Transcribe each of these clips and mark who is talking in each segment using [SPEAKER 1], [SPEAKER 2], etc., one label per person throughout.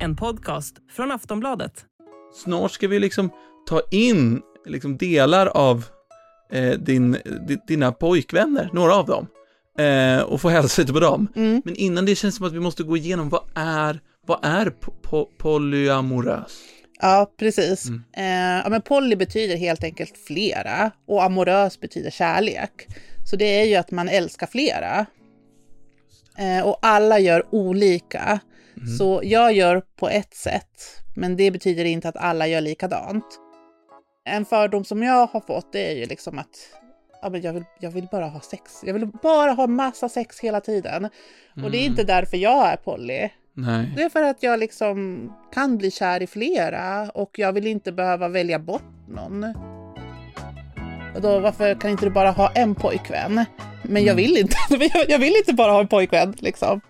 [SPEAKER 1] En podcast från Aftonbladet.
[SPEAKER 2] Snart ska vi liksom ta in liksom delar av eh, din, di- dina pojkvänner, några av dem, eh, och få hälsa lite på dem.
[SPEAKER 3] Mm.
[SPEAKER 2] Men innan det känns som att vi måste gå igenom, vad är, vad är po- po- polyamorös?
[SPEAKER 3] Ja, precis.
[SPEAKER 2] Mm.
[SPEAKER 3] Eh, ja, men poly betyder helt enkelt flera och amorös betyder kärlek. Så det är ju att man älskar flera. Eh, och alla gör olika. Så jag gör på ett sätt, men det betyder inte att alla gör likadant. En fördom som jag har fått det är ju liksom att ja, men jag, vill, jag vill bara ha sex. Jag vill bara ha massa sex hela tiden. Och det är inte därför jag är poly.
[SPEAKER 2] Nej.
[SPEAKER 3] Det är för att jag liksom kan bli kär i flera och jag vill inte behöva välja bort någon. Och då, varför kan inte du bara ha en pojkvän? Men jag vill inte, Jag- jag vill inte bara ha en pojkvän liksom.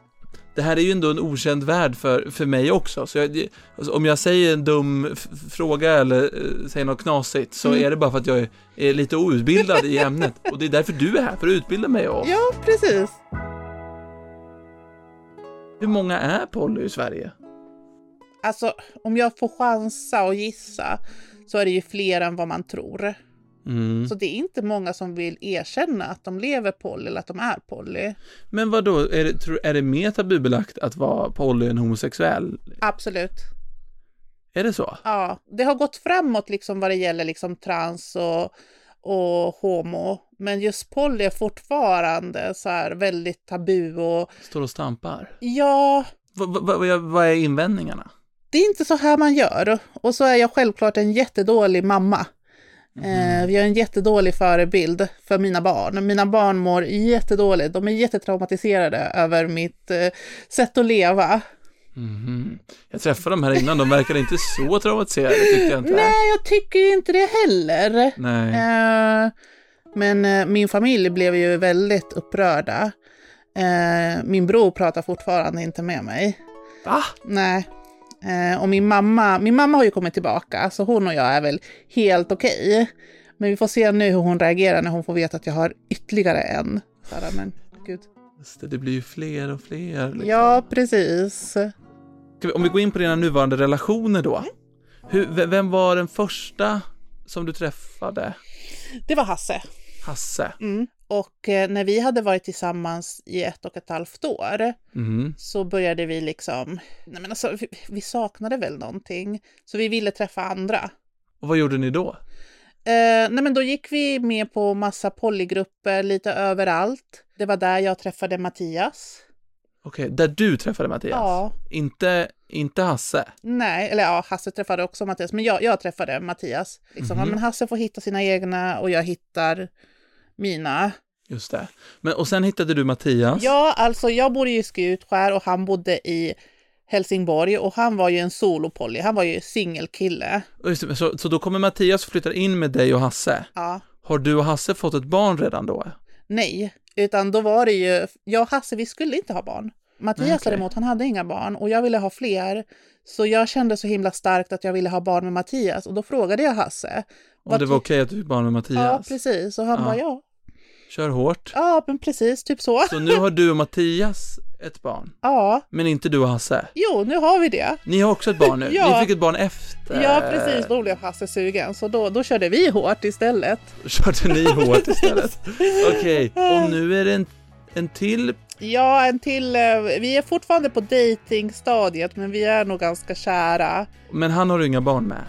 [SPEAKER 2] Det här är ju ändå en okänd värld för, för mig också, så jag, det- alltså, om jag säger en dum f- fråga eller eh, säger något knasigt så
[SPEAKER 3] Mm.
[SPEAKER 2] är det bara för att jag är, är lite outbildad i ämnet och det är därför du är här, för att utbilda mig och
[SPEAKER 3] Ja, precis.
[SPEAKER 2] Hur många är poly i Sverige?
[SPEAKER 3] Alltså, om jag får chansa och gissa så är det ju fler än vad man tror.
[SPEAKER 2] Mm.
[SPEAKER 3] Så det är inte många som vill erkänna att de lever poly eller att de är poly.
[SPEAKER 2] Men vad då är det, tror- är det mer tabubelagt att vara poly än homosexuell?
[SPEAKER 3] Absolut.
[SPEAKER 2] Är det så?
[SPEAKER 3] Ja, det har gått framåt liksom vad det gäller liksom trans och, och homo. Men just poly är fortfarande så här väldigt tabu och
[SPEAKER 2] Står och stampar?
[SPEAKER 3] ja,
[SPEAKER 2] Vad va, va, vad- vad är invändningarna?
[SPEAKER 3] det är inte så här man gör. Och så är jag självklart en jättedålig mamma. Eh, vi har en jättedålig förebild för mina barn. Mina barn mår jättedåligt. De är jättetraumatiserade över mitt eh, sätt att leva.
[SPEAKER 2] Mhm. Jag träffade dem här innan, de verkade inte så traumatiserade tyckte jag inte.
[SPEAKER 3] Nej, jag tycker ju inte det heller.
[SPEAKER 2] Nej.
[SPEAKER 3] Eh, men eh, min familj blev ju väldigt upprörda. Eh, min bror pratar fortfarande inte med mig.
[SPEAKER 2] Va?
[SPEAKER 3] Nej. Eh, och min mamma, min mamma har ju kommit tillbaka, så hon och jag är väl helt okej. Men vi får se nu hur hon reagerar när hon får veta att jag har ytterligare en. Så här, men, gud.
[SPEAKER 2] Just det, det blir ju fler och fler. liksom.
[SPEAKER 3] Ja, precis.
[SPEAKER 2] Ska vi- Om vi går in på dina nuvarande relationer
[SPEAKER 3] Mm.
[SPEAKER 2] då. Hur, v- vem var den första som du träffade?
[SPEAKER 3] Det var Hasse.
[SPEAKER 2] Hasse?
[SPEAKER 3] Mm. Och eh, när vi hade varit tillsammans i ett och ett halvt år,
[SPEAKER 2] Mhm.
[SPEAKER 3] så började vi liksom, nej men alltså vi, vi saknade väl någonting, så vi ville träffa andra.
[SPEAKER 2] Och vad gjorde ni då?
[SPEAKER 3] Eh, nej men då gick vi med på massa polygrupper lite överallt. Det var där jag träffade Mattias.
[SPEAKER 2] Okej, där du träffade Mattias?
[SPEAKER 3] Ja,
[SPEAKER 2] Inte, inte Hasse?
[SPEAKER 3] nej, eller ja, Hasse träffade också Mattias, men jag, jag träffade Mattias. Liksom.
[SPEAKER 2] Mhm.
[SPEAKER 3] ja, men Hasse får hitta sina egna och jag hittar mina.
[SPEAKER 2] Just det. Men, och sen hittade du Mattias?
[SPEAKER 3] Ja, alltså jag bodde ju i Skutskär och han bodde i Helsingborg och han var ju en solopoly, han var ju singelkille.
[SPEAKER 2] Och Just det, så, så då kommer Mattias och flyttar in med dig och Hasse.
[SPEAKER 3] Ja.
[SPEAKER 2] Har du och Hasse fått ett barn redan då?
[SPEAKER 3] Nej, utan då var det ju, jag och Hasse vi skulle inte ha barn. Mattias
[SPEAKER 2] Nej, okej.
[SPEAKER 3] däremot, han hade inga barn och jag ville ha fler. Så jag kände så himla starkt att jag ville ha barn med Mattias och då frågade jag Hasse.
[SPEAKER 2] Om
[SPEAKER 3] Vad
[SPEAKER 2] det var
[SPEAKER 3] ty-
[SPEAKER 2] okej att du fick barn med
[SPEAKER 3] Ja,
[SPEAKER 2] Mattias?
[SPEAKER 3] precis. Och han
[SPEAKER 2] Ja.
[SPEAKER 3] bara ja.
[SPEAKER 2] Kör hårt.
[SPEAKER 3] Ja, men precis, typ så.
[SPEAKER 2] Så nu har du och Mattias ett barn,
[SPEAKER 3] Ja,
[SPEAKER 2] men inte du och Hasse.
[SPEAKER 3] jo, nu har vi det.
[SPEAKER 2] Ni har också ett barn nu.
[SPEAKER 3] Ja.
[SPEAKER 2] Ni fick ett barn efter.
[SPEAKER 3] Ja, precis. Då blev Hasse sugen, så då, då körde vi hårt istället.
[SPEAKER 2] Körde ni hårt istället? Okej, och nu är det en, en till.
[SPEAKER 3] Ja, en till. eh, Vi är fortfarande på datingstadiet, men vi är nog ganska kära.
[SPEAKER 2] Men han har du inga barn med.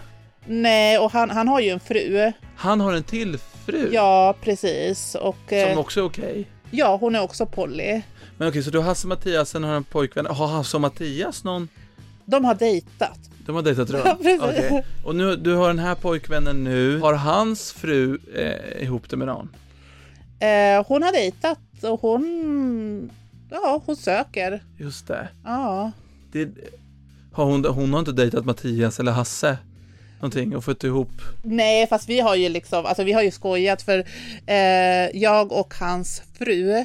[SPEAKER 3] Nej, och han, han har ju en fru.
[SPEAKER 2] Han har en till fru
[SPEAKER 3] Ja, precis. Och, eh,
[SPEAKER 2] som också är okej.
[SPEAKER 3] Ja, hon är också poly.
[SPEAKER 2] Men okej, så du har Hasse och Mattias, sen har en pojkvän. Har Hasse och Mattias någon?
[SPEAKER 3] De har dejtat.
[SPEAKER 2] De har dejtat runt?
[SPEAKER 3] Ja, precis.
[SPEAKER 2] Okej. Och nu, du har den här pojkvännen nu. Har hans fru eh, ihop det med någon?
[SPEAKER 3] Eh, hon har dejtat och hon... Ja, hon söker.
[SPEAKER 2] Just det.
[SPEAKER 3] Ja.
[SPEAKER 2] det har hon, hon har inte dejtat Mattias eller Hasse? Någonting och fått ihop?
[SPEAKER 3] Nej, fast vi har ju liksom, alltså vi har ju skojat för eh, jag och hans fru,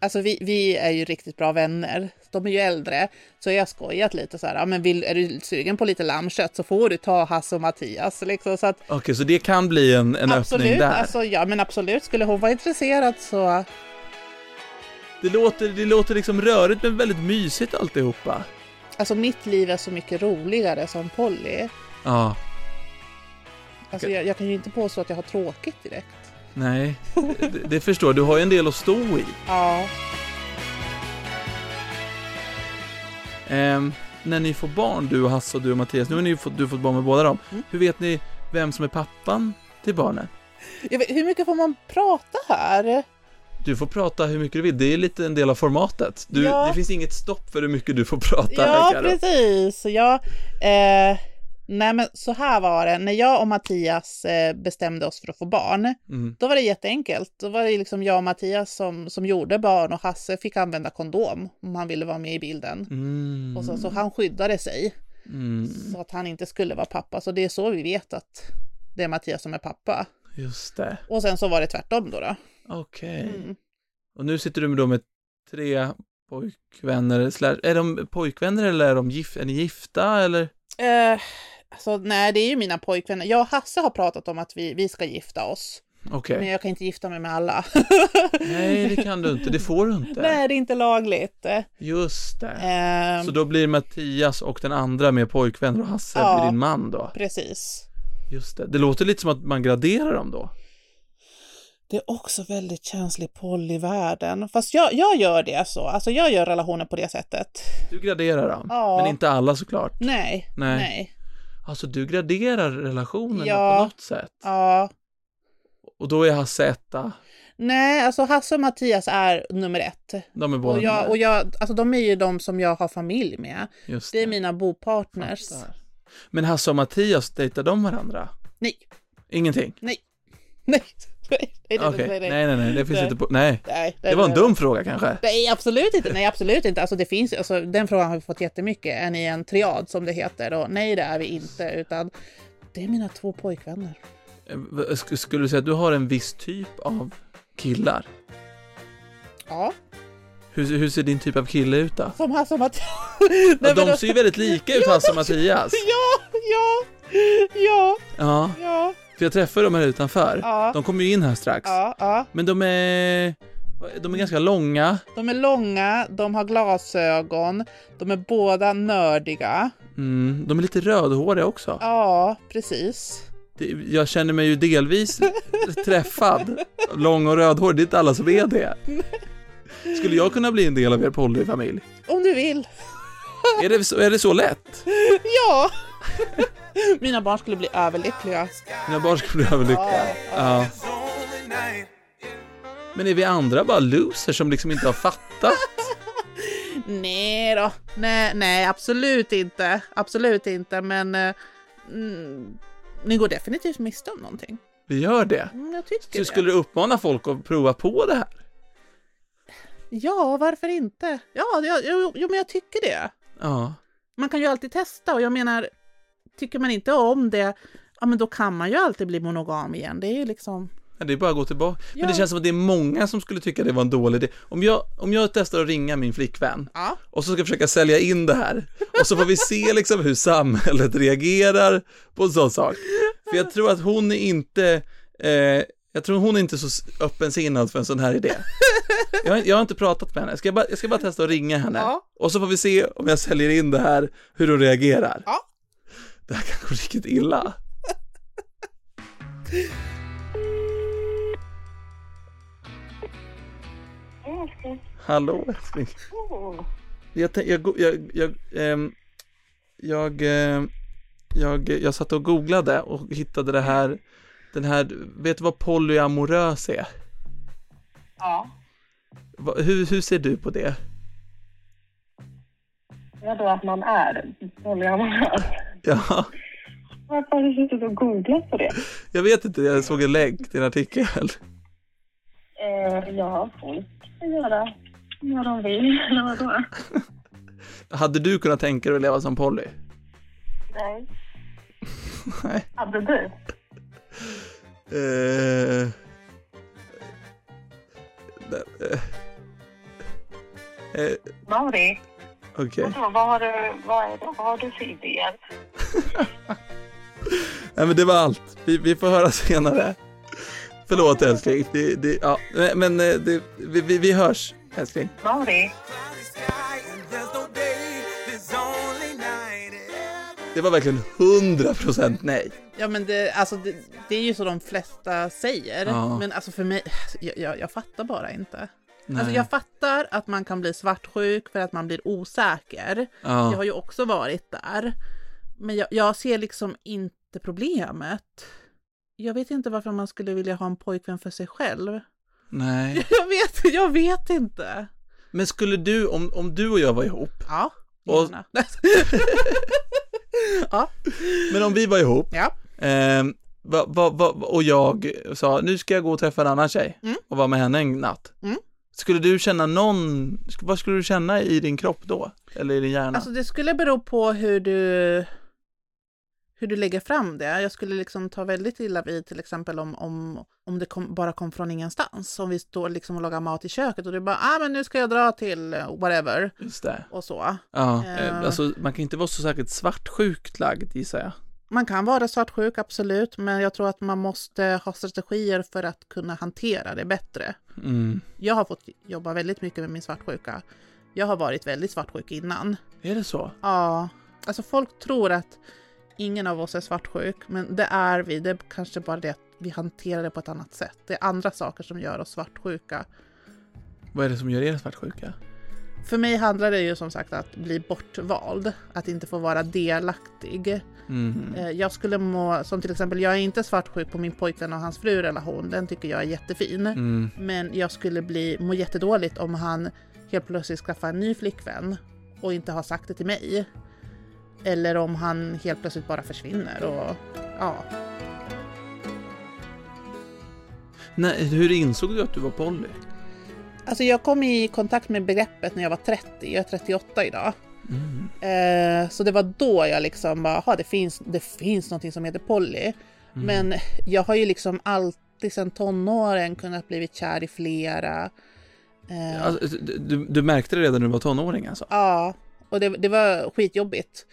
[SPEAKER 3] alltså vi, vi är ju riktigt bra vänner. De är ju äldre, så jag har skojat lite så här, ja men vill, är du sugen på lite lammkött så får du ta Hasse och Mattias liksom. Så att
[SPEAKER 2] Okej, så det kan bli en, en öppning
[SPEAKER 3] absolut,
[SPEAKER 2] där.
[SPEAKER 3] alltså ja men absolut, skulle hon vara intresserad så
[SPEAKER 2] det låter, det låter liksom rörigt men väldigt mysigt alltihopa.
[SPEAKER 3] Alltså mitt liv är så mycket roligare som Polly.
[SPEAKER 2] Ja,
[SPEAKER 3] Alltså
[SPEAKER 2] Okej.
[SPEAKER 3] jag, jag kan ju inte påstå att jag har tråkigt direkt.
[SPEAKER 2] nej. Det, det förstår jag. Du har ju en del att stå i.
[SPEAKER 3] Ja,
[SPEAKER 2] Ehm, när ni får barn, du och Hasse och du och Mattias, nu har ni ju fått, du fått barn med båda dem.
[SPEAKER 3] Mm.
[SPEAKER 2] Hur vet ni vem som är pappan till barnen?
[SPEAKER 3] jag vet, hur mycket får man prata här?
[SPEAKER 2] Du får prata hur mycket du vill, det är lite en del av formatet. Du,
[SPEAKER 3] Ja.
[SPEAKER 2] Det finns inget stopp för hur mycket du får prata här
[SPEAKER 3] Ja,
[SPEAKER 2] Karo.
[SPEAKER 3] precis. Ja, eh, nej, men så här var det. När jag och Mattias eh, bestämde oss för att få barn,
[SPEAKER 2] Mm.
[SPEAKER 3] då var det jätteenkelt. Då var det liksom jag och Mattias som, som gjorde barn och Hasse fick använda kondom om han ville vara med i bilden.
[SPEAKER 2] Mm.
[SPEAKER 3] Och så, så han skyddade sig
[SPEAKER 2] Mm.
[SPEAKER 3] så att han inte skulle vara pappa. Så det är så vi vet att det är Mattias som är pappa.
[SPEAKER 2] Just det,
[SPEAKER 3] Och sen så var det tvärtom då. då.
[SPEAKER 2] okej.
[SPEAKER 3] Mm.
[SPEAKER 2] Och nu sitter du med, då med tre pojkvänner, slash, är de pojkvänner eller är, de gif, är ni gifta eller?
[SPEAKER 3] Eh, alltså, nej, det är ju mina pojkvänner. Jag och Hasse har pratat om att vi, vi ska gifta oss.
[SPEAKER 2] Okej.
[SPEAKER 3] Men jag kan inte gifta mig med alla.
[SPEAKER 2] Nej, det kan du inte, det får du inte.
[SPEAKER 3] Nej, det är inte lagligt.
[SPEAKER 2] Just det.
[SPEAKER 3] Ehm,
[SPEAKER 2] Så då blir Mattias och den andra med pojkvänner och Hasse
[SPEAKER 3] Ja.
[SPEAKER 2] blir din man då?
[SPEAKER 3] Precis.
[SPEAKER 2] Just det. Det låter lite som att man graderar dem då.
[SPEAKER 3] Det är också väldigt känslig poll i världen. Fast jag, jag gör det så. Alltså jag gör relationer på det sättet.
[SPEAKER 2] Du graderar dem,
[SPEAKER 3] Ja.
[SPEAKER 2] men inte alla såklart.
[SPEAKER 3] Nej,
[SPEAKER 2] Nej.
[SPEAKER 3] nej.
[SPEAKER 2] Alltså du graderar relationerna
[SPEAKER 3] Ja.
[SPEAKER 2] på något sätt.
[SPEAKER 3] Ja.
[SPEAKER 2] Och då är Hasse etta.
[SPEAKER 3] Nej, alltså Hasse och Mattias är nummer ett.
[SPEAKER 2] De är båda
[SPEAKER 3] Och jag,
[SPEAKER 2] där.
[SPEAKER 3] och jag, alltså de är ju de som jag har familj med.
[SPEAKER 2] Just
[SPEAKER 3] Det är mina bopartners.
[SPEAKER 2] Fattar. Men Hasse och Mattias, dejtar de varandra?
[SPEAKER 3] Nej,
[SPEAKER 2] Ingenting?
[SPEAKER 3] nej, nej, nej, nej, nej,
[SPEAKER 2] Okej,
[SPEAKER 3] nej, nej,
[SPEAKER 2] nej nej nej, det finns
[SPEAKER 3] Nej.
[SPEAKER 2] inte på, nej.
[SPEAKER 3] nej, nej,
[SPEAKER 2] Det var en
[SPEAKER 3] nej.
[SPEAKER 2] dum fråga kanske?
[SPEAKER 3] Nej, absolut inte. Nej, absolut inte. Alltså, det finns, alltså, den frågan har vi fått jättemycket. Är ni en triad som det heter? Och nej, det är vi inte, utan det är mina två pojkvänner.
[SPEAKER 2] Eh, vad- sk- Skulle du säga att du har en viss typ av killar?
[SPEAKER 3] Ja,
[SPEAKER 2] Hur, hur ser din typ av kille ut då?
[SPEAKER 3] som Hasse och Mattias.
[SPEAKER 2] Ja, de ser ju väldigt lika ut, Hasse och Mattias.
[SPEAKER 3] alltså- Ja, ja, ja,
[SPEAKER 2] Ja,
[SPEAKER 3] ja,
[SPEAKER 2] för jag träffade dem här utanför.
[SPEAKER 3] Ja.
[SPEAKER 2] De kommer ju in här strax.
[SPEAKER 3] ja, ja.
[SPEAKER 2] Men de är... De är ganska långa.
[SPEAKER 3] De är långa, de har glasögon, de är båda nördiga.
[SPEAKER 2] Mm, de är lite rödhåriga också.
[SPEAKER 3] Ja, precis.
[SPEAKER 2] Det, jag känner mig ju delvis träffad. Lång och rödhårig, det är inte alla som är det. Skulle jag kunna bli en del av er polyfamilj?
[SPEAKER 3] Om du vill.
[SPEAKER 2] Är det, så- är det så lätt?
[SPEAKER 3] Ja! Mina barn skulle bli överlyckliga.
[SPEAKER 2] Mina barn skulle bli överlyckliga. Ja. Men är vi andra bara losers som liksom inte har fattat?
[SPEAKER 3] Nej då. Nej, nej, absolut inte. Absolut inte, men eh, mm, ni går definitivt miste om någonting.
[SPEAKER 2] Vi gör det.
[SPEAKER 3] Mm, jag tycker
[SPEAKER 2] Så skulle
[SPEAKER 3] det.
[SPEAKER 2] du uppmana folk att prova på det här?
[SPEAKER 3] Ja, varför inte? Ja, det- jo, jo, men jag tycker det.
[SPEAKER 2] Ja.
[SPEAKER 3] Man kan ju alltid testa och jag menar, tycker man inte om det, ja men då kan man ju alltid bli monogam igen. Det är ju liksom...
[SPEAKER 2] Ja, det är bara att gå tillbaka. Men det
[SPEAKER 3] Ja.
[SPEAKER 2] känns som att det är många som skulle tycka det var en dålig idé. Om jag, om jag testar att ringa min flickvän
[SPEAKER 3] Ja.
[SPEAKER 2] och så ska jag försöka sälja in det här och så får vi se liksom hur samhället reagerar på en sån sak. För jag tror att hon är inte, eh, jag tror hon är inte så s- öppensinnad för en sån här idé. Jag, har- jag har inte pratat med henne, jag ska bara, jag ska bara testa att ringa henne
[SPEAKER 3] Ja.
[SPEAKER 2] och så får vi se om jag säljer in det här, hur hon reagerar.
[SPEAKER 3] Ja.
[SPEAKER 2] Det här kan gå riktigt illa.
[SPEAKER 4] Hej älskling.
[SPEAKER 2] Hallå älskling.
[SPEAKER 4] Oh,
[SPEAKER 2] Jag, tän- jag, go- jag, jag, ehm, jag, ehm, jag, jag satt och googlade och hittade det här, den här, vet du vad polyamorös är?
[SPEAKER 4] Ja,
[SPEAKER 2] Va- Hur, hur ser du på det?
[SPEAKER 4] vadå att man är polyamorös?
[SPEAKER 2] Ja,
[SPEAKER 4] Varför har du suttit och googlat på det?
[SPEAKER 2] jag vet inte, jag såg en länk till en artikel.
[SPEAKER 4] Eh, ja, folk kan göra vad de vill, eller vadå?
[SPEAKER 2] Hade du kunnat tänka dig att leva som poly?
[SPEAKER 4] Nej.
[SPEAKER 2] Nej.
[SPEAKER 4] Hade du?
[SPEAKER 2] Eh, nej, eh, eh,
[SPEAKER 4] Mauri,
[SPEAKER 2] Okej.
[SPEAKER 4] vadå, vad har du, vad är det, vad har du för idéer?
[SPEAKER 2] Nej men det var allt. Vi, vi får höra senare. Förlåt älskling. Det, det, ja. Men eh, det, vi, vi, vi hörs.
[SPEAKER 3] älskling.
[SPEAKER 4] Mari.
[SPEAKER 2] Det var verkligen 100% nej.
[SPEAKER 3] Ja men det, alltså, det, det är ju så de flesta säger.
[SPEAKER 2] Ja.
[SPEAKER 3] Men alltså för mig, jag, jag, jag fattar bara inte.
[SPEAKER 2] nej.
[SPEAKER 3] Alltså jag fattar att man kan bli svartsjuk för att man blir osäker.
[SPEAKER 2] ja.
[SPEAKER 3] Jag har ju också varit där. Men jag, jag ser liksom inte problemet. Jag vet inte varför man skulle vilja ha en pojkvän för sig själv.
[SPEAKER 2] Nej.
[SPEAKER 3] Jag vet, jag vet inte.
[SPEAKER 2] Men skulle du, om, om du och jag var ihop,
[SPEAKER 3] Ja,
[SPEAKER 2] Och-
[SPEAKER 3] gärna. ja,
[SPEAKER 2] men om vi var ihop,
[SPEAKER 3] ja,
[SPEAKER 2] ehm, va, va, va, och jag sa nu ska jag gå och träffa en annan tjej
[SPEAKER 3] Mm.
[SPEAKER 2] och vara med henne en natt.
[SPEAKER 3] Mm.
[SPEAKER 2] Skulle du känna någon, sk- vad skulle du känna i din kropp då? Eller i din hjärna?
[SPEAKER 3] alltså det skulle bero på hur du hur du lägger fram det. Jag skulle liksom ta väldigt illa vid till exempel om, om, om det kom, bara kom från ingenstans. Om vi står liksom och lagar mat i köket och du bara, ah men nu ska jag dra till eh, whatever
[SPEAKER 2] Just det.
[SPEAKER 3] och så.
[SPEAKER 2] Ja,
[SPEAKER 3] Eh.
[SPEAKER 2] eh, alltså man kan inte vara så särskilt svartsjukt lagd gissar jag.
[SPEAKER 3] Man kan vara svartsjuk, absolut, men jag tror att man måste ha strategier för att kunna hantera det bättre.
[SPEAKER 2] Mm.
[SPEAKER 3] Jag har fått jobba väldigt mycket med min svartsjuka. Jag har varit väldigt svartsjuk innan.
[SPEAKER 2] Är det så?
[SPEAKER 3] Ja, alltså folk tror att ingen av oss är svartsjuk, men det är vi. Det är kanske bara det att vi hanterar det på ett annat sätt. Det är andra saker som gör oss svartsjuka.
[SPEAKER 2] Vad är det som gör er svartsjuka?
[SPEAKER 3] För mig handlar det ju som sagt att bli bortvald, att inte få vara delaktig.
[SPEAKER 2] Mm.
[SPEAKER 3] Eh, Jag skulle må, som till exempel, jag är inte svartsjuk på min pojkvän och hans frurelation, den tycker jag är jättefin.
[SPEAKER 2] Mm.
[SPEAKER 3] Men jag skulle bli, må jättedåligt om han helt plötsligt skaffar en ny flickvän och inte har sagt det till mig. Eller om han helt plötsligt bara försvinner och ja.
[SPEAKER 2] Nej, hur insåg du att du var poly?
[SPEAKER 3] Alltså jag kom i kontakt med begreppet när jag var 30, jag är 38 idag.
[SPEAKER 2] Mm.
[SPEAKER 3] Eh, så det var då jag liksom bara, "Jaha, det finns, det finns någonting som heter Polly. Men jag har ju liksom alltid sedan tonåren kunnat blivit kär i flera. Eh,
[SPEAKER 2] Alltså, du- du, du märkte det redan när du var tonåring alltså?
[SPEAKER 3] Ja, och det, det var skitjobbigt.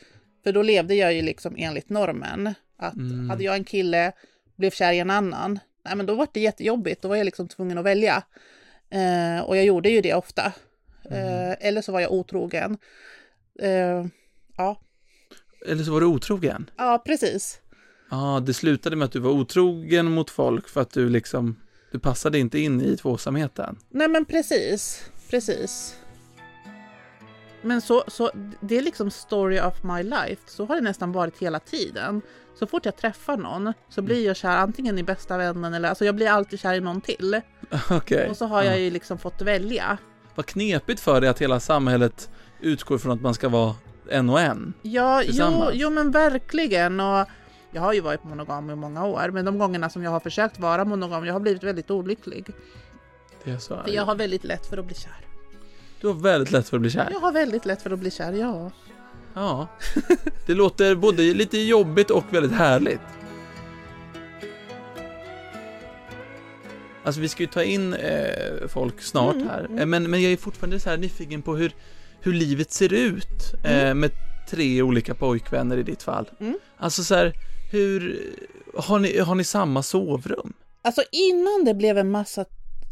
[SPEAKER 3] För då levde jag ju liksom enligt normen. Att
[SPEAKER 2] Mm.
[SPEAKER 3] hade jag en kille, blev kär i en annan, nej men då var det jättejobbigt. Då var jag liksom tvungen att välja. Eh, och jag gjorde ju det ofta. Eh, eller så var jag otrogen. Eh, ja.
[SPEAKER 2] Eller så var du otrogen?
[SPEAKER 3] ja, precis.
[SPEAKER 2] Ja, det slutade med att du var otrogen mot folk för att du liksom, du passade inte in i tvåsamheten.
[SPEAKER 3] Nej men precis, precis. Men så, så, det är liksom story of my life. Så har det nästan varit hela tiden. Så fort jag träffar någon så blir jag kär antingen i bästa vännen eller alltså jag blir alltid kär i någon till.
[SPEAKER 2] Okej.
[SPEAKER 3] Och så har
[SPEAKER 2] Ja.
[SPEAKER 3] jag ju liksom fått välja.
[SPEAKER 2] Vad knepigt för dig att hela samhället utgår från att man ska vara en och en.
[SPEAKER 3] Ja, jo,
[SPEAKER 2] Tillsammans.
[SPEAKER 3] jo men verkligen. Och jag har ju varit monogam i många år, men de gångerna som jag har försökt vara monogam, jag har blivit väldigt olycklig.
[SPEAKER 2] Det är så.
[SPEAKER 3] För jag har väldigt lätt för att bli kär.
[SPEAKER 2] Du har väldigt lätt för att bli kär.
[SPEAKER 3] Jag har väldigt lätt för att bli kär, ja.
[SPEAKER 2] Ja. Det låter både lite jobbigt och väldigt härligt. Alltså vi ska ju ta in eh, folk snart
[SPEAKER 3] Mm,
[SPEAKER 2] här,
[SPEAKER 3] mm.
[SPEAKER 2] Eh, men, men jag är fortfarande så här nyfiken på hur, hur livet ser ut eh, med tre olika pojkvänner i ditt fall.
[SPEAKER 3] Mm.
[SPEAKER 2] Alltså så här, hur, har ni, har ni samma sovrum?
[SPEAKER 3] Alltså innan det blev en massa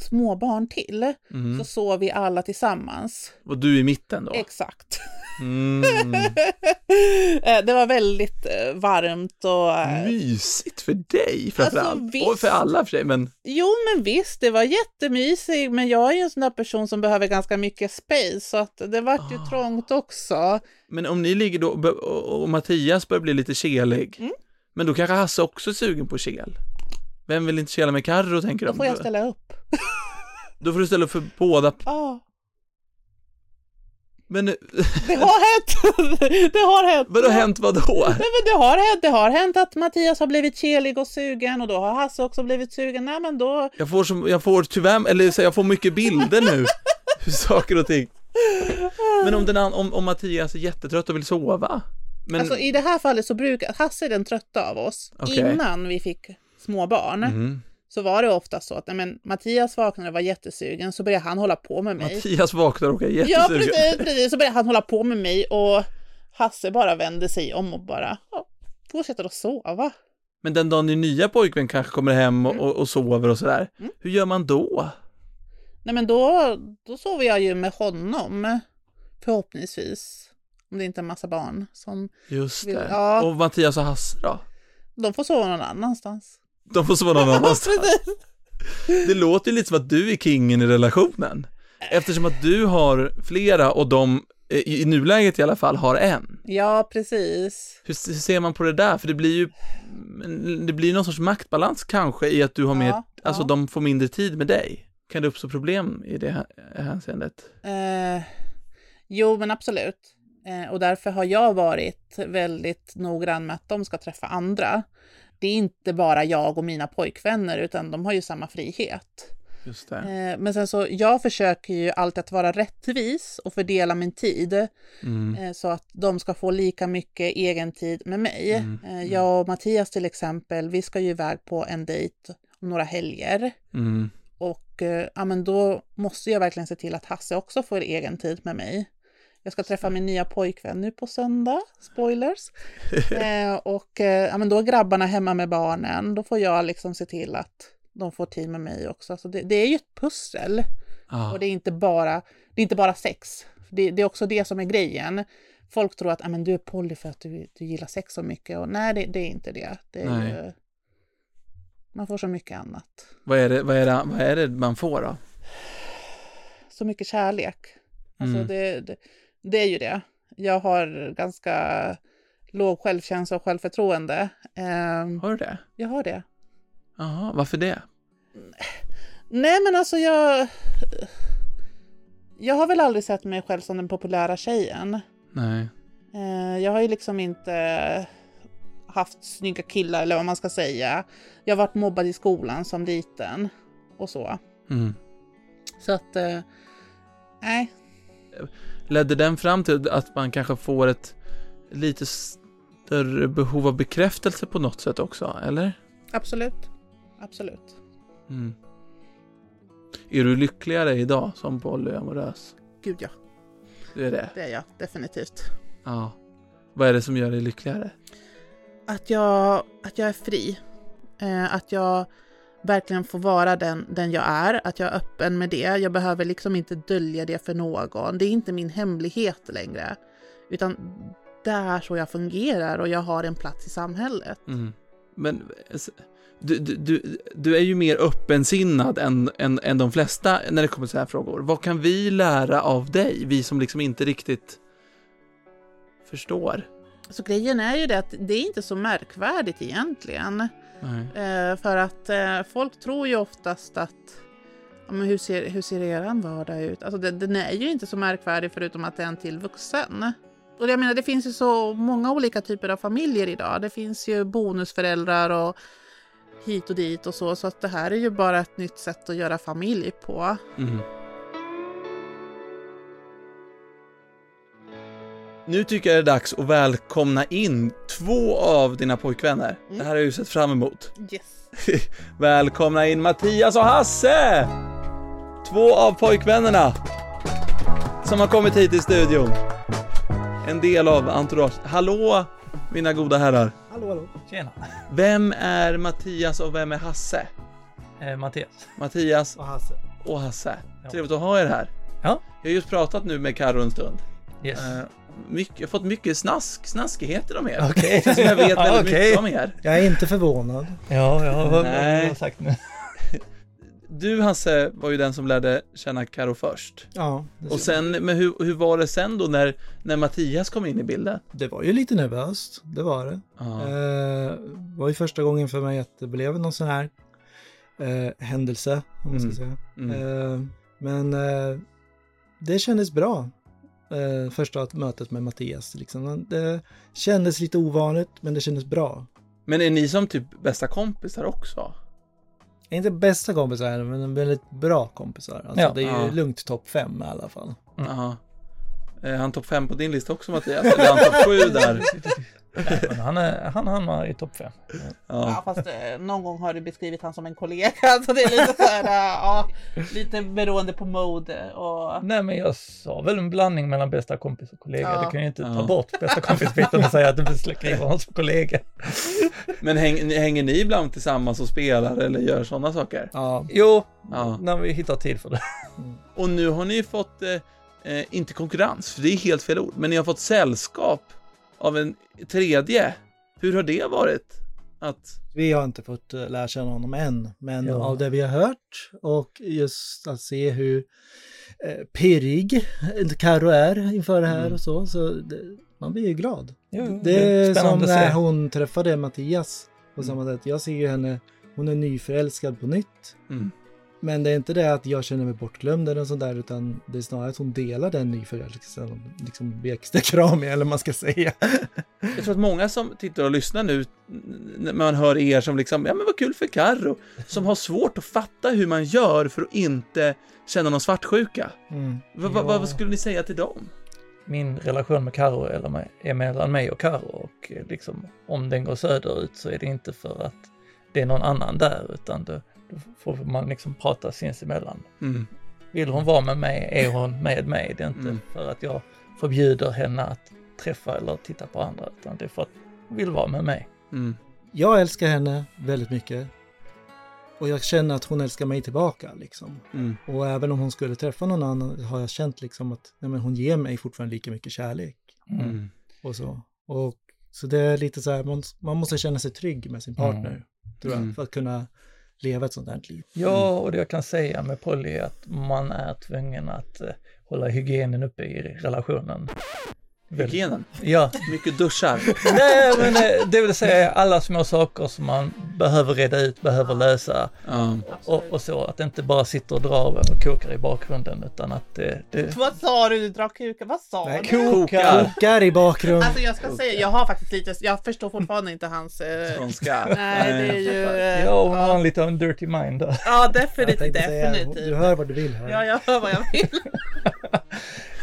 [SPEAKER 3] småbarn till
[SPEAKER 2] Mm.
[SPEAKER 3] så sov vi alla tillsammans.
[SPEAKER 2] Och du i mitten då?
[SPEAKER 3] Exakt.
[SPEAKER 2] Mm.
[SPEAKER 3] Eh, det var väldigt eh, varmt och... eh,
[SPEAKER 2] Mysigt för dig framförallt,
[SPEAKER 3] Alltså, visst.
[SPEAKER 2] och för alla för sig, men
[SPEAKER 3] Jo men visst, det var jättemysigt men jag är ju en sån där person som behöver ganska mycket space så att det vart ju
[SPEAKER 2] Ah.
[SPEAKER 3] trångt också.
[SPEAKER 2] Men om ni ligger då bör- och och Mattias börjar bli lite kelig,
[SPEAKER 3] Mm.
[SPEAKER 2] men då kanske Hasse också är sugen på kel? Vem vill inte kela med Carro tänker
[SPEAKER 3] Då
[SPEAKER 2] de?
[SPEAKER 3] får jag ställa upp.
[SPEAKER 2] Då får du ställa upp för båda.
[SPEAKER 3] Ah,
[SPEAKER 2] Men eh,
[SPEAKER 3] det har hänt! det har hänt!
[SPEAKER 2] vad har hänt vad då?
[SPEAKER 3] Nej, men det har hänt, det har hänt att Mattias har blivit kelig och sugen och då har Hasse också blivit sugen. Nej men då...
[SPEAKER 2] Jag får, som, jag får tyvärr, eller så här, jag får mycket bilder nu, hur saker och ting. Men om, den an, om, om Mattias är jättetrött och vill sova? Men,
[SPEAKER 3] Alltså i det här fallet så brukar Hasse är den trötta av oss.
[SPEAKER 2] Okej.
[SPEAKER 3] Innan vi fick små barn
[SPEAKER 2] mm.
[SPEAKER 3] så var det ofta så att nej, men Mattias vaknade och var jättesugen så började han hålla på med mig.
[SPEAKER 2] Mattias vaknar och är
[SPEAKER 3] ja,
[SPEAKER 2] jättesugen.
[SPEAKER 3] precis, precis. Så började han hålla på med mig och Hasse bara vände sig om och bara ja, fortsätter att sova.
[SPEAKER 2] Men
[SPEAKER 3] Mm.
[SPEAKER 2] den dagen din nya pojkvän kanske kommer hem och, och, och sover och sådär, hur gör man då?
[SPEAKER 3] Nej men då, då sover jag ju med honom. Förhoppningsvis. Om det inte är en massa barn som...
[SPEAKER 2] Just
[SPEAKER 3] Vill-
[SPEAKER 2] det.
[SPEAKER 3] ja.
[SPEAKER 2] Och Mattias och Hasse då?
[SPEAKER 3] De får sova någon annanstans.
[SPEAKER 2] De får sova någon annanstans. Det låter ju lite som att du är kingen i relationen. Eftersom att du har flera och de, eh, i i nuläget i alla fall, har en.
[SPEAKER 3] Ja, precis.
[SPEAKER 2] Hur, s- hur ser man på det där? För det blir ju, mm, det blir någon sorts maktbalans kanske i att du har mer,
[SPEAKER 3] Ja,
[SPEAKER 2] alltså
[SPEAKER 3] ja.
[SPEAKER 2] de får mindre tid med dig. Kan det uppstå problem i det här hänseendet?
[SPEAKER 3] Eh, jo, men absolut. Eh, och därför har jag varit väldigt noggrann med att de ska träffa andra. Det är inte bara jag och mina pojkvänner, utan de har ju samma frihet.
[SPEAKER 2] Just det.
[SPEAKER 3] Eh, men sen så, jag försöker ju alltid att vara rättvis och fördela min tid.
[SPEAKER 2] Mm.
[SPEAKER 3] Eh, så att de ska få lika mycket egen tid med mig.
[SPEAKER 2] Mm,
[SPEAKER 3] Eh, Jag och Mattias till exempel, vi ska ju iväg på en dejt om några helger.
[SPEAKER 2] Mm.
[SPEAKER 3] Och eh, ja, men då måste jag verkligen se till att Hasse också får egen tid med mig. Jag ska träffa min nya pojkvän nu på söndag, spoilers. Eh, och eh, ja, men då är grabbarna hemma med barnen, då får jag liksom se till att de får tid med mig också. Så det, det är ju ett pussel.
[SPEAKER 2] Ja.
[SPEAKER 3] Och det är inte bara, det är inte bara sex. Det, det är också det som är grejen. Folk tror att ah, men du är poly för att du, du gillar sex så mycket. Och nej, det, det är inte det. det är
[SPEAKER 2] Nej.
[SPEAKER 3] ju, man får så mycket annat.
[SPEAKER 2] Vad, är det, vad, är det, vad är det man får då?
[SPEAKER 3] Så mycket kärlek. Alltså
[SPEAKER 2] Mm.
[SPEAKER 3] det, det, det är ju det. Jag har ganska låg självkänsla och självförtroende. Ehm,
[SPEAKER 2] Har du det?
[SPEAKER 3] jag har det.
[SPEAKER 2] Jaha, varför det?
[SPEAKER 3] Nej, men alltså jag... Jag har väl aldrig sett mig själv som den populära tjejen.
[SPEAKER 2] Nej.
[SPEAKER 3] Eh, Jag har ju liksom inte haft snygga killar eller vad man ska säga. Jag har varit mobbad i skolan som liten och så.
[SPEAKER 2] Mm.
[SPEAKER 3] Så att, eh, nej.
[SPEAKER 2] Ledde den fram till att man kanske får ett lite större behov av bekräftelse på något sätt också, eller?
[SPEAKER 3] Absolut. Absolut.
[SPEAKER 2] Mm. Är du lyckligare idag som polyamorös?
[SPEAKER 3] Gud ja,
[SPEAKER 2] Du är det?
[SPEAKER 3] det är jag definitivt.
[SPEAKER 2] Ja. Vad är det som gör dig lyckligare?
[SPEAKER 3] Att jag, att jag är fri. Eh, Att jag verkligen får vara den, den jag är. Att jag är öppen med det. Jag behöver liksom inte dölja det för någon. Det är inte min hemlighet längre. Utan det är så jag fungerar och jag har en plats i samhället.
[SPEAKER 2] Mm. Men s- du, du, du, du är ju mer öppensinnad än, än, än de flesta när det kommer till så här frågor. Vad kan vi lära av dig? Vi som liksom inte riktigt förstår.
[SPEAKER 3] Så grejen är ju det att det är inte så märkvärdigt egentligen.
[SPEAKER 2] Nej.
[SPEAKER 3] Eh, för att eh, folk tror ju oftast att ja, men hur ser, hur ser eran vardag ut? Alltså den, den är ju inte så märkvärdig förutom att det är en till vuxen. Och jag menar det finns ju så många olika typer av familjer idag. Det finns ju bonusföräldrar och hit och dit och så. Så att det här är ju bara ett nytt sätt att göra familj på.
[SPEAKER 2] Mm. Nu tycker jag det är dags att välkomna in två av dina pojkvänner. Det här har jag ju sett fram emot.
[SPEAKER 3] Yes.
[SPEAKER 2] Välkomna in Mattias och Hasse! Två av pojkvännerna som har kommit hit till studion. En del av Entourage. Hallå mina goda herrar.
[SPEAKER 5] Hallå, hallå. Tjena.
[SPEAKER 2] Vem är Mattias och vem är Hasse?
[SPEAKER 5] Eh, Mattias.
[SPEAKER 2] Mattias
[SPEAKER 6] och Hasse.
[SPEAKER 2] och Hasse.
[SPEAKER 5] Ja.
[SPEAKER 2] Trevligt att ha er här.
[SPEAKER 5] Ja.
[SPEAKER 2] Jag har just pratat nu med Karo en stund.
[SPEAKER 5] Yes.
[SPEAKER 2] Eh, mycket, jag har fått mycket snask, snaskigheter om er.
[SPEAKER 5] Okej.
[SPEAKER 2] Som jag vet
[SPEAKER 5] Ja,
[SPEAKER 2] väldigt
[SPEAKER 5] okej.
[SPEAKER 2] mycket om er.
[SPEAKER 6] Jag är inte förvånad.
[SPEAKER 5] Ja, ja, vad vad
[SPEAKER 2] Nej.
[SPEAKER 5] har jag sagt nu?
[SPEAKER 2] Du Hasse var ju den som lärde känna Karo först.
[SPEAKER 6] Ja, det,
[SPEAKER 2] Och sen, men hur, hur var det sen då när, när Mattias kom in i bilden?
[SPEAKER 6] det var ju lite nervöst, det var det.
[SPEAKER 2] Ja.
[SPEAKER 6] Eh, Det var ju första gången för mig att det blev någon sån här eh, händelse, om man ska
[SPEAKER 2] Mm.
[SPEAKER 6] säga.
[SPEAKER 2] Mm.
[SPEAKER 6] Eh, men eh, det kändes bra. Eh, första mötet med Mattias, liksom. Det kändes lite ovanligt, men det kändes bra.
[SPEAKER 2] Men är ni som typ bästa kompisar också?
[SPEAKER 6] Inte bästa kompisar, men väldigt bra kompisar. Alltså,
[SPEAKER 5] Ja.
[SPEAKER 6] det är ju
[SPEAKER 2] Ja.
[SPEAKER 5] Mm.
[SPEAKER 6] lugnt topp fem i alla fall.
[SPEAKER 2] Ja. Är han topp 5 på din lista också Mattias? Eller är han topp 7 där?
[SPEAKER 5] Nej, men han, är, han hamnar i topp fem.
[SPEAKER 2] Ja.
[SPEAKER 3] Ja, fast eh, någon gång har du beskrivit han som en kollega. Så det är lite så här, eh, ja, lite beroende på mode. Och...
[SPEAKER 5] Nej, men jag sa väl en blandning mellan bästa kompis och kollega.
[SPEAKER 3] Ja.
[SPEAKER 5] Du kan ju inte
[SPEAKER 2] Ja.
[SPEAKER 5] ta bort bästa kompis-biten och säga att du beskriver honom som kollega.
[SPEAKER 2] Men häng, hänger ni ibland tillsammans och spelar eller gör sådana saker?
[SPEAKER 6] Ja,
[SPEAKER 5] Jo,
[SPEAKER 2] Ja.
[SPEAKER 5] när vi hittar tid för det.
[SPEAKER 2] Och nu har ni fått, eh, eh, inte konkurrens, för det är helt fel ord, men ni har fått sällskap av en tredje. Hur har det varit? Att,
[SPEAKER 6] vi har inte fått eh, lära känna honom än, men
[SPEAKER 5] Ja.
[SPEAKER 6] av det vi har hört och just att se hur eh, pirrig Carro är inför det här
[SPEAKER 2] Mm.
[SPEAKER 6] och så, så det, man blir ju glad.
[SPEAKER 5] Jo, jo,
[SPEAKER 6] Det är som
[SPEAKER 5] Mm. spännande att
[SPEAKER 6] när
[SPEAKER 5] se.
[SPEAKER 6] hon träffade Mattias på samma sätt. Jag ser ju henne, hon är nyförälskad på nytt.
[SPEAKER 2] Mm.
[SPEAKER 6] Men det är inte det att jag känner mig bortglömd eller något sånt där utan det är snarare att hon delar den nyförälskelsen och liksom blir extra kramig eller vad man ska säga.
[SPEAKER 2] jag tror att många som tittar och lyssnar nu, n- när man hör er som liksom, ja men vad kul för Karro, som har svårt att fatta hur man gör för att inte känna någon svartsjuka. Va, va, va,
[SPEAKER 5] Ja.
[SPEAKER 2] vad skulle ni säga till dem?
[SPEAKER 5] Min relation med Karo eller med, är mellan mig och Karo och eh, liksom om den går söderut så är det inte för att det är någon annan där utan då, då får man liksom prata sinsemellan.
[SPEAKER 2] Mm.
[SPEAKER 5] Vill hon vara med mig är hon med mig. Det är inte
[SPEAKER 2] Mm.
[SPEAKER 5] för att jag förbjuder henne att träffa eller titta på andra utan det är för att hon vill vara med mig.
[SPEAKER 2] Mm.
[SPEAKER 6] Jag älskar henne väldigt mycket och jag känner att hon älskar mig tillbaka liksom.
[SPEAKER 2] Mm.
[SPEAKER 6] Och även om hon skulle träffa någon annan har jag känt liksom att nej, men hon ger mig fortfarande lika mycket kärlek
[SPEAKER 2] Mm.
[SPEAKER 6] och så. Och, så det är lite så här, man, man måste känna sig trygg med sin partner
[SPEAKER 5] Mm.
[SPEAKER 6] tror jag
[SPEAKER 2] Mm.
[SPEAKER 6] för att kunna leva ett sånt här liv.
[SPEAKER 5] Ja, och det jag kan säga med Polly är att man är tvungen att eh, hålla hygienen uppe i relationen. Väldigt-
[SPEAKER 2] Hygienen,
[SPEAKER 5] Ja,
[SPEAKER 2] mycket duschar.
[SPEAKER 5] Nej, men eh, det vill säga alla små saker som man behöver reda ut, behöver lösa
[SPEAKER 2] Ja.
[SPEAKER 5] och, och så. Att det inte bara sitter och drar och kokar i bakgrunden utan att det... det
[SPEAKER 3] Vad sa du? Du drar kuken. Vad sa
[SPEAKER 6] Nej,
[SPEAKER 3] du?
[SPEAKER 2] Kokar.
[SPEAKER 6] Äh, Kokar i bakgrund.
[SPEAKER 3] Alltså jag ska säga, jag har faktiskt lite, jag förstår fortfarande inte hans... Eh,
[SPEAKER 2] Skånska.
[SPEAKER 3] nej, det är ju... Eh,
[SPEAKER 5] ja, hon har
[SPEAKER 3] ja,
[SPEAKER 5] en lite av en dirty mind där.
[SPEAKER 3] ja,
[SPEAKER 6] Jag
[SPEAKER 3] definitivt.
[SPEAKER 6] tänkte säga,
[SPEAKER 3] definitivt.
[SPEAKER 6] Du hör vad du vill här.
[SPEAKER 3] Ja, jag hör vad jag vill.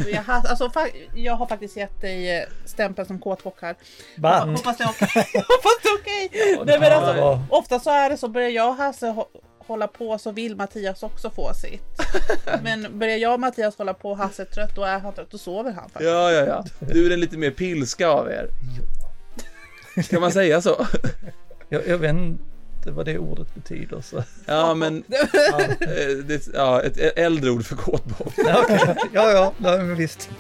[SPEAKER 3] Så jag, har, alltså, fa- jag har faktiskt gett dig eh, stämpeln som kåtbock här.
[SPEAKER 5] Va?
[SPEAKER 3] Hoppas det är okej. Hoppas det är okej. Nej, men alltså,
[SPEAKER 5] Ja,
[SPEAKER 3] Ofta så är det så, börjar jag och Hasse hå- hålla på så vill Mattias också få sitt. Men börjar jag och Mattias hålla på och Hasse är trött, då är han trött, då sover han faktiskt.
[SPEAKER 2] Ja, ja, ja. Du är den lite mer pilska av er. Kan man säga så?
[SPEAKER 5] jag, jag vet inte vad det ordet betyder. Så.
[SPEAKER 2] Ja, men... Ja, eh, det, ja ett ä- äldre ord för kåtbock.
[SPEAKER 5] Ja, okej. ja, ja, nej, men visst.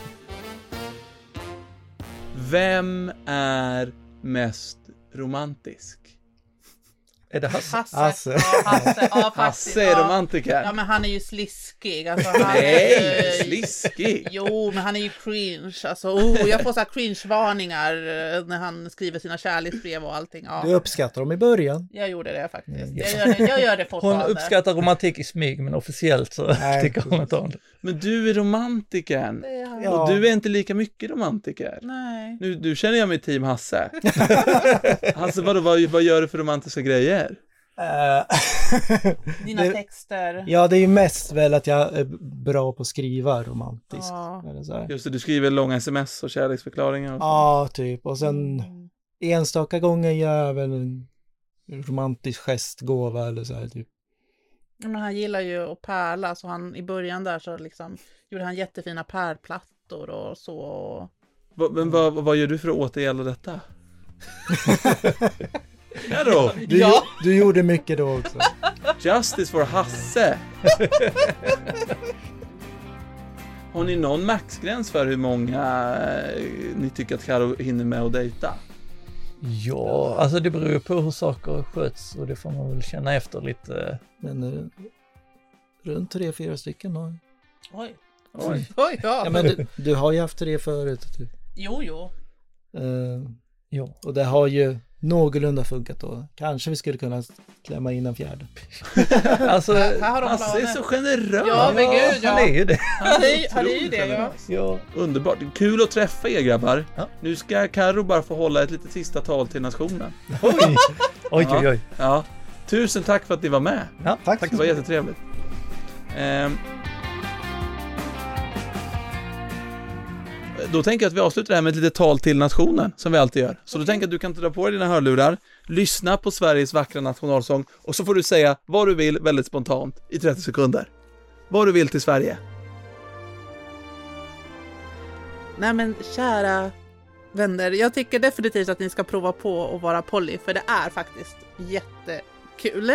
[SPEAKER 2] Vem är mest romantisk?
[SPEAKER 5] Är det Hasse?
[SPEAKER 3] Hasse.
[SPEAKER 6] Hasse.
[SPEAKER 3] Ja, Hasse. Ja, faktiskt.
[SPEAKER 2] Hasse är
[SPEAKER 3] Ja.
[SPEAKER 2] romantiker.
[SPEAKER 3] Ja, men han är ju sliskig. Alltså, han är
[SPEAKER 2] Nej,
[SPEAKER 3] ju...
[SPEAKER 2] sliskig!
[SPEAKER 3] Jo, men han är ju cringe. Alltså, oh, jag får så här cringe-varningar eh, när han skriver sina kärleksbrev och allting.
[SPEAKER 6] Du
[SPEAKER 3] Ja,
[SPEAKER 6] uppskattar dem i början.
[SPEAKER 3] jag gjorde det faktiskt.
[SPEAKER 5] Mm, ja.
[SPEAKER 3] Jag gör det, jag gör det
[SPEAKER 5] Hon
[SPEAKER 3] fortfarande.
[SPEAKER 5] uppskattar romantik i smig men officiellt så
[SPEAKER 6] Nej,
[SPEAKER 5] tycker hon inte om det.
[SPEAKER 2] Men du är romantikern.
[SPEAKER 3] Ja.
[SPEAKER 6] Ja.
[SPEAKER 2] Och du är inte lika mycket romantiker.
[SPEAKER 3] Nej.
[SPEAKER 2] Nu, nu känner jag mig team Hasse. Hasse, vadå, vad, vad gör du för romantiska grejer?
[SPEAKER 3] Dina
[SPEAKER 6] Det-
[SPEAKER 3] texter.
[SPEAKER 6] ja, det är ju mest väl att jag är bra på att skriva romantiskt.
[SPEAKER 3] Ja.
[SPEAKER 6] Eller så här.
[SPEAKER 2] Just det, du skriver långa sms och kärleksförklaringar. Och...
[SPEAKER 6] Ja, typ. Och sen
[SPEAKER 3] Mm.
[SPEAKER 6] enstaka gånger gör jag väl en romantisk gestgåva eller så här typ.
[SPEAKER 3] Ja, Men han gillar ju att pärla, så han, i början där så liksom, gjorde han jättefina pärlplattor och så. Och...
[SPEAKER 2] Va- Men vad, vad gör du för att återgälda detta? ja då,
[SPEAKER 6] Du,
[SPEAKER 3] Ja.
[SPEAKER 6] gjo- du gjorde mycket då också.
[SPEAKER 2] justice for Hasse! Har ni någon maxgräns för hur många eh, ni tycker att Karo hinner med att dejta?
[SPEAKER 5] Ja, alltså det beror ju på hur saker sköts och det får man väl känna efter lite.
[SPEAKER 6] Men eh, runt tre, fyra stycken har jag.
[SPEAKER 3] Oj.
[SPEAKER 2] Oj.
[SPEAKER 3] Oj, ja.
[SPEAKER 6] Ja, men du, du har ju haft tre förut. Typ.
[SPEAKER 3] Jo, jo.
[SPEAKER 6] Eh,
[SPEAKER 5] Ja.
[SPEAKER 6] Och det har ju någorlunda funkat då. Kanske vi skulle kunna klämma in en fjärde.
[SPEAKER 5] Alltså,
[SPEAKER 3] Här har de
[SPEAKER 2] Hasse är så
[SPEAKER 3] planer.
[SPEAKER 2] generös!
[SPEAKER 3] Ja, men gud, ja.
[SPEAKER 5] han är ju det.
[SPEAKER 3] Han är ju- han är ju det, ja.
[SPEAKER 2] generös.
[SPEAKER 5] Ja,
[SPEAKER 2] Underbart, kul att träffa er grabbar.
[SPEAKER 5] Ja.
[SPEAKER 2] Nu ska Karo bara få hålla ett litet sista tal till nationen.
[SPEAKER 5] oj, oj, oj, oj.
[SPEAKER 2] Ja. Tusen tack för att ni var med.
[SPEAKER 5] Ja,
[SPEAKER 6] Tack.
[SPEAKER 2] Det var jättetrevligt. Ehm, Då tänker jag att vi avslutar det här med ett litet tal till nationen, som vi alltid gör. Så då tänker jag att du kan dra på dig dina hörlurar, lyssna på Sveriges vackra nationalsång och så får du säga vad du vill väldigt spontant i 30 sekunder. Vad du vill till Sverige.
[SPEAKER 3] Nej men kära vänner, jag tycker definitivt att ni ska prova på att vara poly för det är faktiskt jättekul.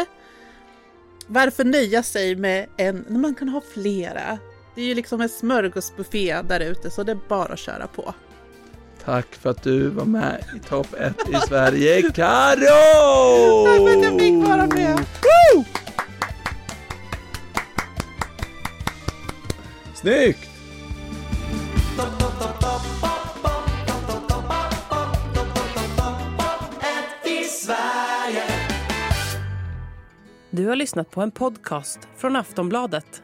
[SPEAKER 3] Varför nöja sig med en när man kan ha flera? Det är ju liksom en smörgåsbuffé där ute så det är bara att köra på.
[SPEAKER 2] Tack för att du var med i topp 1 i Sverige, Karo!
[SPEAKER 3] Tack för att jag fick vara med!
[SPEAKER 2] Woo! Snyggt!
[SPEAKER 1] Du har lyssnat på en podcast från Aftonbladet.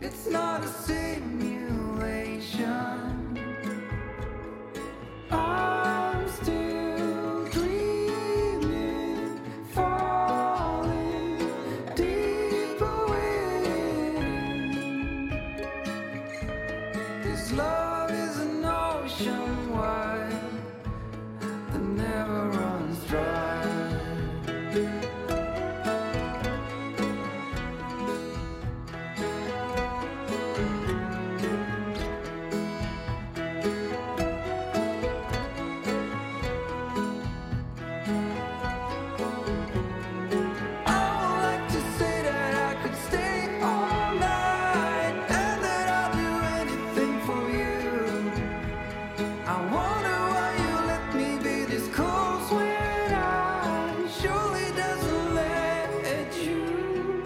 [SPEAKER 7] It's not a simulation. I'm still dreaming, falling deeper within. This love is an ocean wide that never runs dry. I wonder why you let me be this close when I surely doesn't let you.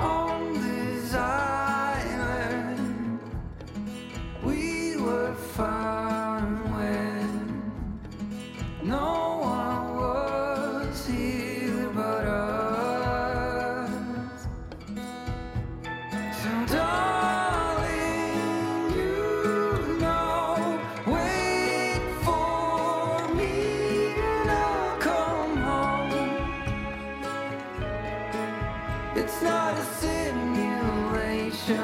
[SPEAKER 7] on this island we were found when no one was here but us. So darling, you know, wait for me and I'll come home. It's not a simulation.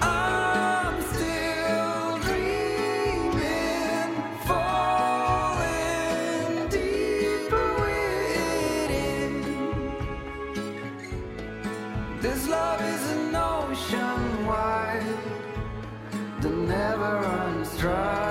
[SPEAKER 7] I'm still dreaming, falling deeper within. This love is an ocean wide that never runs dry.